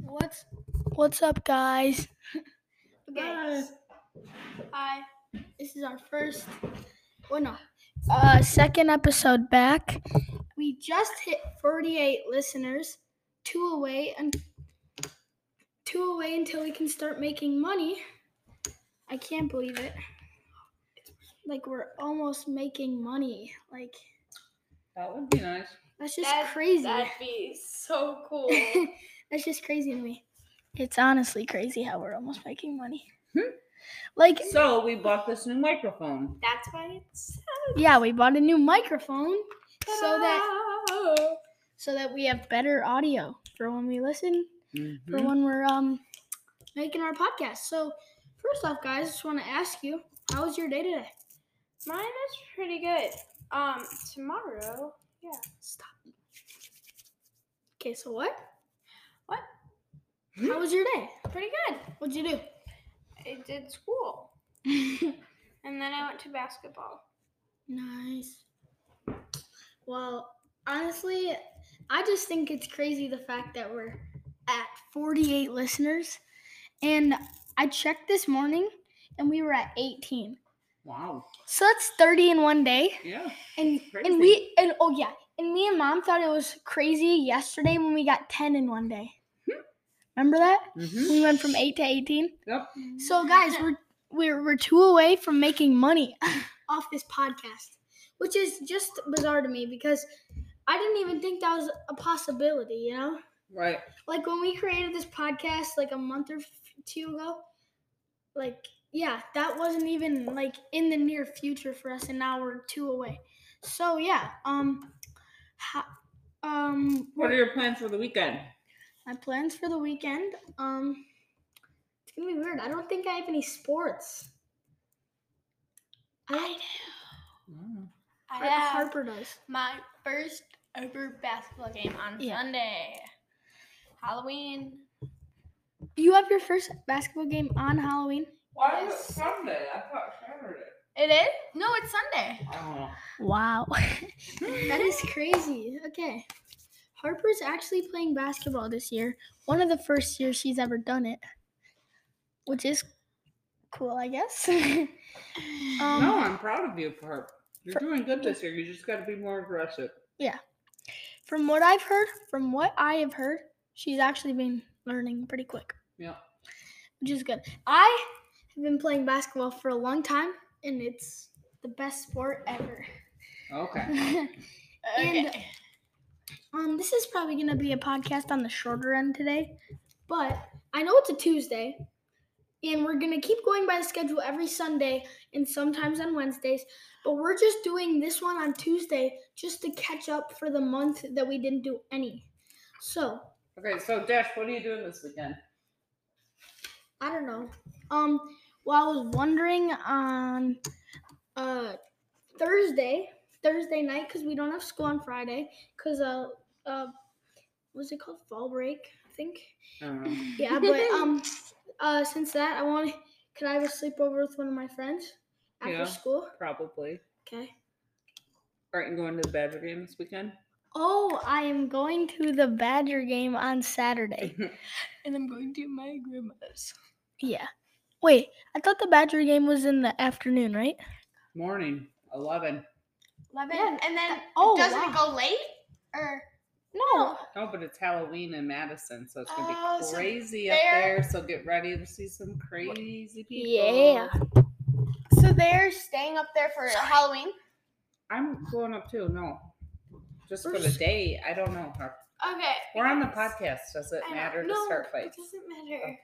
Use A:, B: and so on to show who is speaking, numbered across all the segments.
A: What's
B: What's up, guys?
A: guys? Hi. This is our first. Well, no. Uh,
B: second episode back.
A: we just hit 48 listeners, two away, and two away until we can start making money. I can't believe it. Like we're almost making money. Like
C: That would be nice.
A: that's just
D: That-
A: crazy.
D: That'd be so cool.
A: that's just crazy to me.
B: It's honestly crazy how we're almost making money.
C: Hmm.
B: Like,
C: So we bought this new microphone.
D: That's why it's
B: yeah, we bought
A: Bought a new microphone so
D: so
A: that
D: that
A: so that we have better audio for when we listen for
C: Mhm.
A: when we're um making our podcast. So first off, guys, just want to ask you, how was your day today?
D: mine is pretty good. Um, tomorrow,
A: Stop. Okay, so what? Hmm?
D: What?
A: How was your day?
D: pretty good.
A: What'd you do?
D: I did school, and then I went to basketball.
A: Nice. Well, honestly, I just think it's crazy the fact that we're at 48 listeners. And I checked this morning and we were at 18.
C: Wow.
A: So that's 30 in one day.
C: Yeah.
A: And
C: Crazy.
A: and we and oh yeah, and me and mom thought it was crazy yesterday when we got 10 in one day. Remember that?
C: hmm
A: We went from 8 to 18.
C: Yep.
A: So guys, we're we're we're two away from making money off this podcast, which is just bizarre to me because I didn't even think that was a possibility, you know?
C: Right.
A: Like when we created this podcast like a month or f- two ago, like yeah, that wasn't even like in the near future for us and now we're two away. So yeah, um how, um
C: What are your plans for the weekend?
A: my plans for the weekend. Um, it's gonna be weird. I don't think I have any sports. I don't.
C: Mm.
D: I
A: Har-
D: have
A: Harper does.
D: my first ever basketball game on
B: Yeah.
D: Sunday, Halloween.
A: You have your first basketball game on Halloween.
C: Why
D: is it
C: Sunday? I thought Saturday.
D: It is? No, it's Sunday.
C: I don't know.
B: wow.
A: That is crazy. Okay. Harper's actually playing basketball this year. One of the first years she's ever done it, which is cool, I guess. um,
C: no, I'm proud of you, Perp. You're doing good this year. You just got to be more aggressive.
A: From what I've heard, from what I have heard, she's actually been learning pretty quick.
C: Yeah.
A: which is good. I have been playing basketball for a long time, and it's the best sport ever.
C: Okay.
A: um,
D: Uh,
A: And- Um, this is probably gonna be a podcast on the shorter end today, but I know it's a Tuesday, and we're gonna keep going by the schedule every Sunday and sometimes on Wednesdays. But we're just doing this one on Tuesday just to catch up for the month that we didn't do any. So
C: Okay. So, Dash, what are you doing this weekend?
A: I don't know. Um, well, I was wondering on uh Thursday, Thursday night, because we don't have school on Friday, because uh, uh, what's it called? Fall break, I think.
C: I don't know.
A: Yeah, but um, uh, since that, I want. Could I have a sleepover with one of my friends after
C: Yeah.
A: school?
C: Probably.
A: Okay.
C: Aren't you going to the Badger game this weekend?
A: Oh, I am going to the Badger game on Saturday.
D: and I'm going to my grandma's.
B: yeah. Wait, I thought the Badger game was in the afternoon, right?
C: Morning, 11.
D: 11.
A: Yeah,
D: and then,
A: oh,
D: doesn't it
A: wow.
D: go late? Or
A: No,
C: No, but it's Halloween in Madison, so it's going to be
D: Oh, so
C: crazy up
D: they're-
C: there. So, get ready to see some crazy people.
A: Yeah.
D: So they're staying up there for Halloween.
C: I'm going up too. No, just
A: We're
C: for the
A: just-
C: day. I don't know. Har-
D: Okay.
C: We're on the
D: because-
C: podcast. Does it
D: I don't-
C: matter to
D: no,
C: start fights? Oh.
D: It doesn't matter.
C: Okay.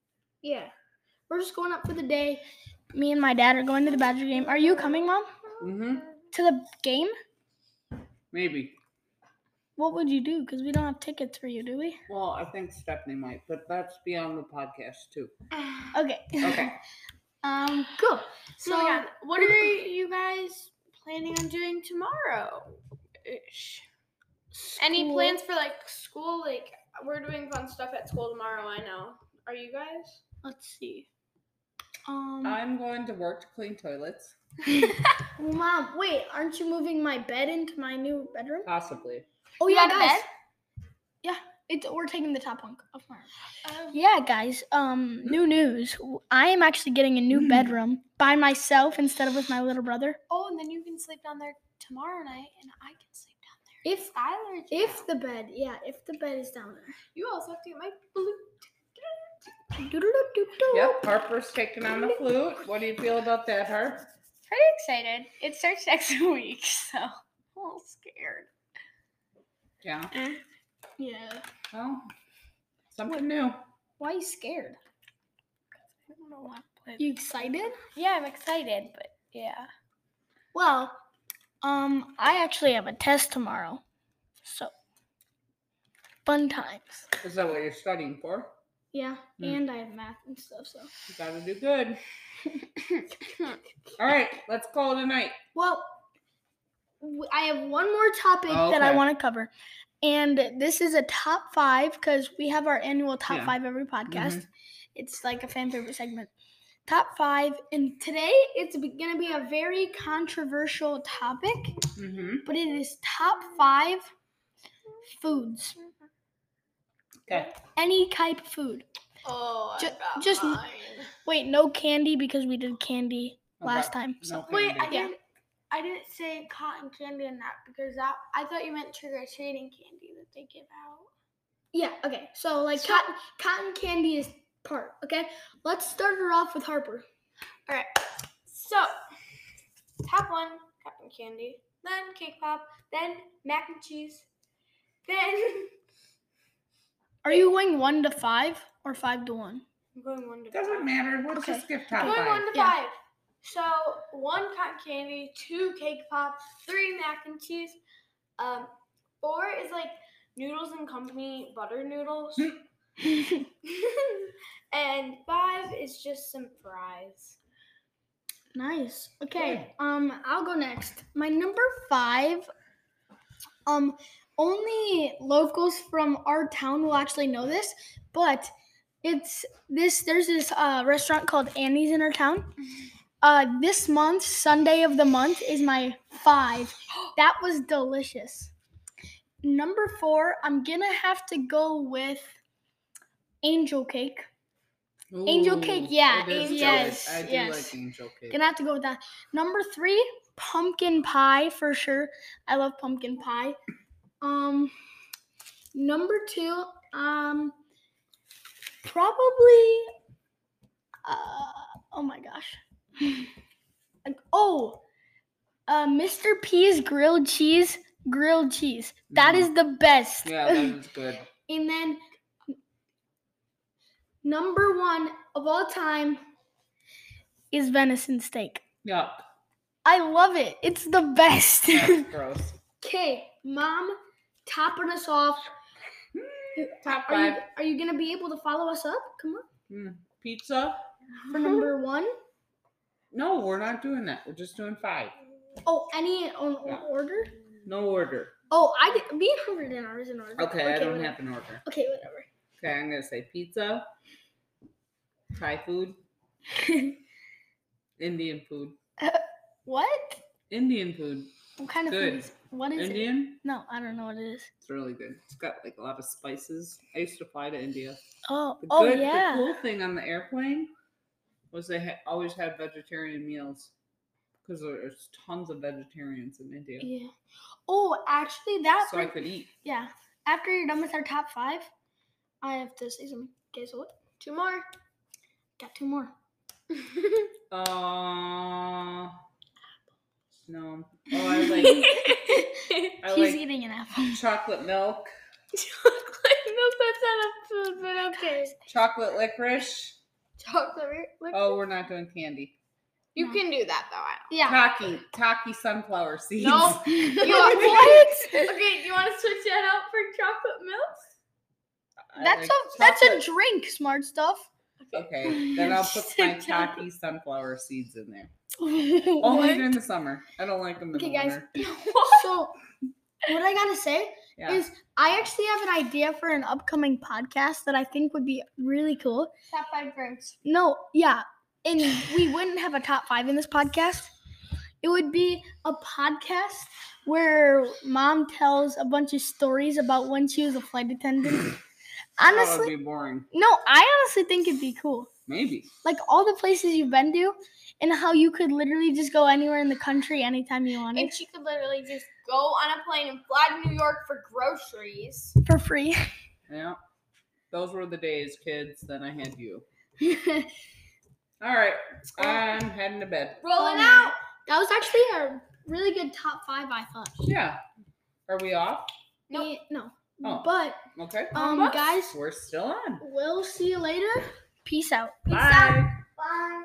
A: yeah, we're just going up for the day.
B: Me and my dad are going to the Badger game. Are you coming, Mom?
C: Mhm.
B: To the game?
C: Maybe.
B: What would you do? Because we don't have tickets for you, do we?
C: Well, I think Stephanie might, but that's beyond the podcast too.
B: Okay.
C: Okay.
A: Um, cool.
D: So, oh my God, what are you guys planning on doing tomorrow? Any
A: School.
D: plans for like school? Like we're doing fun stuff at school tomorrow. I know. Are you guys?
A: Let's see. Um,
B: Uh,
C: I'm going to work to clean toilets,
A: well, mom, wait,
B: Uh,
A: aren't you moving my bed into my new bedroom?
C: possibly.
A: Oh
D: You
A: yeah,
D: got a
A: guys.
D: bed?
A: Yeah, It's we're taking the top one off my arm.
B: Yeah, guys. Um, new news. W- I am actually getting a new bedroom by myself instead of with my little brother.
D: oh, and then you can sleep down there tomorrow night, and I can sleep down there.
A: If
D: Tyler, can.
A: if the bed, yeah, if the bed is down there.
D: you also have to get my blue.
A: Doo-doo-doo-doo-doo.
C: Yep, Harper's taking on the flute. What do you feel about that, Harp?
D: Pretty excited. It starts next week, so I'm a little scared.
C: Yeah.
D: Mm.
A: Yeah.
C: Well, something new.
A: Why are you scared?
D: I don't know what. but-
A: You excited?
D: Yeah, I'm excited, but yeah.
B: Well, um, I actually have a test tomorrow, so fun times.
C: Is that what you're studying for?
A: Yeah.
C: Hmm.
A: And I have math and stuff. So.
C: You gotta do good. All right, let's call it a night.
A: Well, w- I have one more topic
C: Oh,
A: that I
C: okay.
A: want to cover, and this is a top five because we have our annual top
C: Yeah. Mm-hmm.
A: five every podcast. It's like a fan favorite segment. Top five, and today it's going to be a very controversial topic,
C: Mm-hmm.
A: but it is top five foods,
C: Okay.
A: any type of food.
D: Oh, I
A: Ju-
D: got
A: just-
D: mine.
B: Wait, no candy because we did candy last time. So
C: No
D: Wait, I
C: candy.
D: didn't. I didn't say cotton candy and that because that I thought you meant trick or treating candy that they give out.
A: Yeah, okay. So, like,
D: So-
A: cotton, cotton candy is part, okay? Let's start it off with Harper.
D: All right. So, top one, cotton candy. Then cake pop. Then mac and cheese. Then
B: are you going one to five or five to one?
D: I'm going one to
C: Doesn't
D: five.
C: matter. We'll
B: Okay.
C: just skip
D: I'm
C: top
D: going
C: five.
D: one to
B: Yeah.
D: five. So one cotton candy, two cake pop, three mac and cheese. Um, four is like noodles and company butter noodles. and five is just some fries.
A: Nice. Okay. Um, I'll go next. My number five. Um, only locals from our town will actually know this, but it's this. There's this uh, restaurant called Annie's in our town. Uh, this month, Sunday of the month, is my five. That was delicious. Number four, I'm gonna have to go with angel cake. Angel cake,
C: Ooh,
A: yeah,
C: it is
A: angel-
C: delicious.
A: yes,
C: I do
A: yes.
C: like angel cake.
A: Gonna have to go with that. Number three, pumpkin pie for sure. I love pumpkin pie. Um, number two, um, probably. Uh, oh my gosh. Like, oh, uh, Mr. P's grilled cheese, grilled cheese. That
C: Mhm.
A: is the best.
C: Yeah, that is good.
A: And then number one of all time,
B: Is venison steak?
C: Yuck.
B: I love it. It's the best.
C: That's gross.
A: Okay, mom, topping us off.
C: Top
A: Are you,
C: five.
A: are you gonna be able to follow us up? Come on.
C: Mm, Pizza?
B: Mm-hmm.
A: For number one.
C: No, we're not doing that. We're just doing five.
A: Oh, any on, on order?
C: No order.
A: Oh, I did. Me and Harvard in ours in order.
C: Okay, I don't
A: whatever.
C: have an order.
A: Okay, whatever.
C: Okay, I'm gonna say pizza, Thai food, Indian food,
B: what?
C: Indian food.
B: What kind of
C: Good.
B: food is? What is it?
C: Indian?
B: No, I don't know what it is.
C: It's really good. It's got like a lot of spices. I used to fly to India.
B: Oh,
C: The
B: oh
C: good,
B: yeah.
C: The cool thing on the airplane was they ha- always had vegetarian meals because there's tons of vegetarians in India,
A: Yeah. Oh, actually, that.
C: so I could eat.
A: yeah. After you're done with our top five, I have to say something. Okay, so what?
D: Two more.
A: Got two more.
C: Uh, no. Oh, I like I
B: He's
C: like
B: eating an apple.
C: chocolate milk,
D: Chocolate milk. That's not a food, but okay.
C: chocolate licorice.
D: Chocolate. milk.
C: Oh, we're not doing candy.
D: you can do that though. I
A: Yeah.
C: Taki, taki sunflower seeds.
D: No. don't. You want Okay, do you want to switch that out for chocolate milk?
C: I
A: That's
C: like
A: a that's a
C: chocolate-
A: drink, smart stuff.
C: Okay, then I'll put my taki sunflower seeds in there. Only during the summer. I don't like them in
A: Okay,
C: the
A: guys.
C: winter.
A: So, what I gotta say
C: Yeah.
A: is, I actually have an idea for an upcoming podcast that I think would be really cool.
D: Top five drinks.
A: No, yeah, and we wouldn't have a top five in this podcast. It would be a podcast where mom tells a bunch of stories about when she was a flight attendant
C: That
B: honestly,
C: would be boring.
B: no, I honestly think it'd be cool.
C: Maybe.
B: Like all the places you've been to, and how you could literally just go anywhere in the country anytime you wanted
D: And she could literally just go on a plane and fly to New York for groceries.
B: for free.
C: Yeah. Those were the days, kids. Then I had you. All right. I'm heading to bed.
D: Rolling
A: Um,
D: out.
A: That was actually a really good top five, I thought.
C: Yeah. Are we off?
A: Me- No.
C: Oh.
A: But,
C: Okay.
A: um,
D: Almost.
A: guys,
C: We're still on.
A: we'll see you later.
B: Peace out.
D: Peace
C: Bye.
D: out. Bye.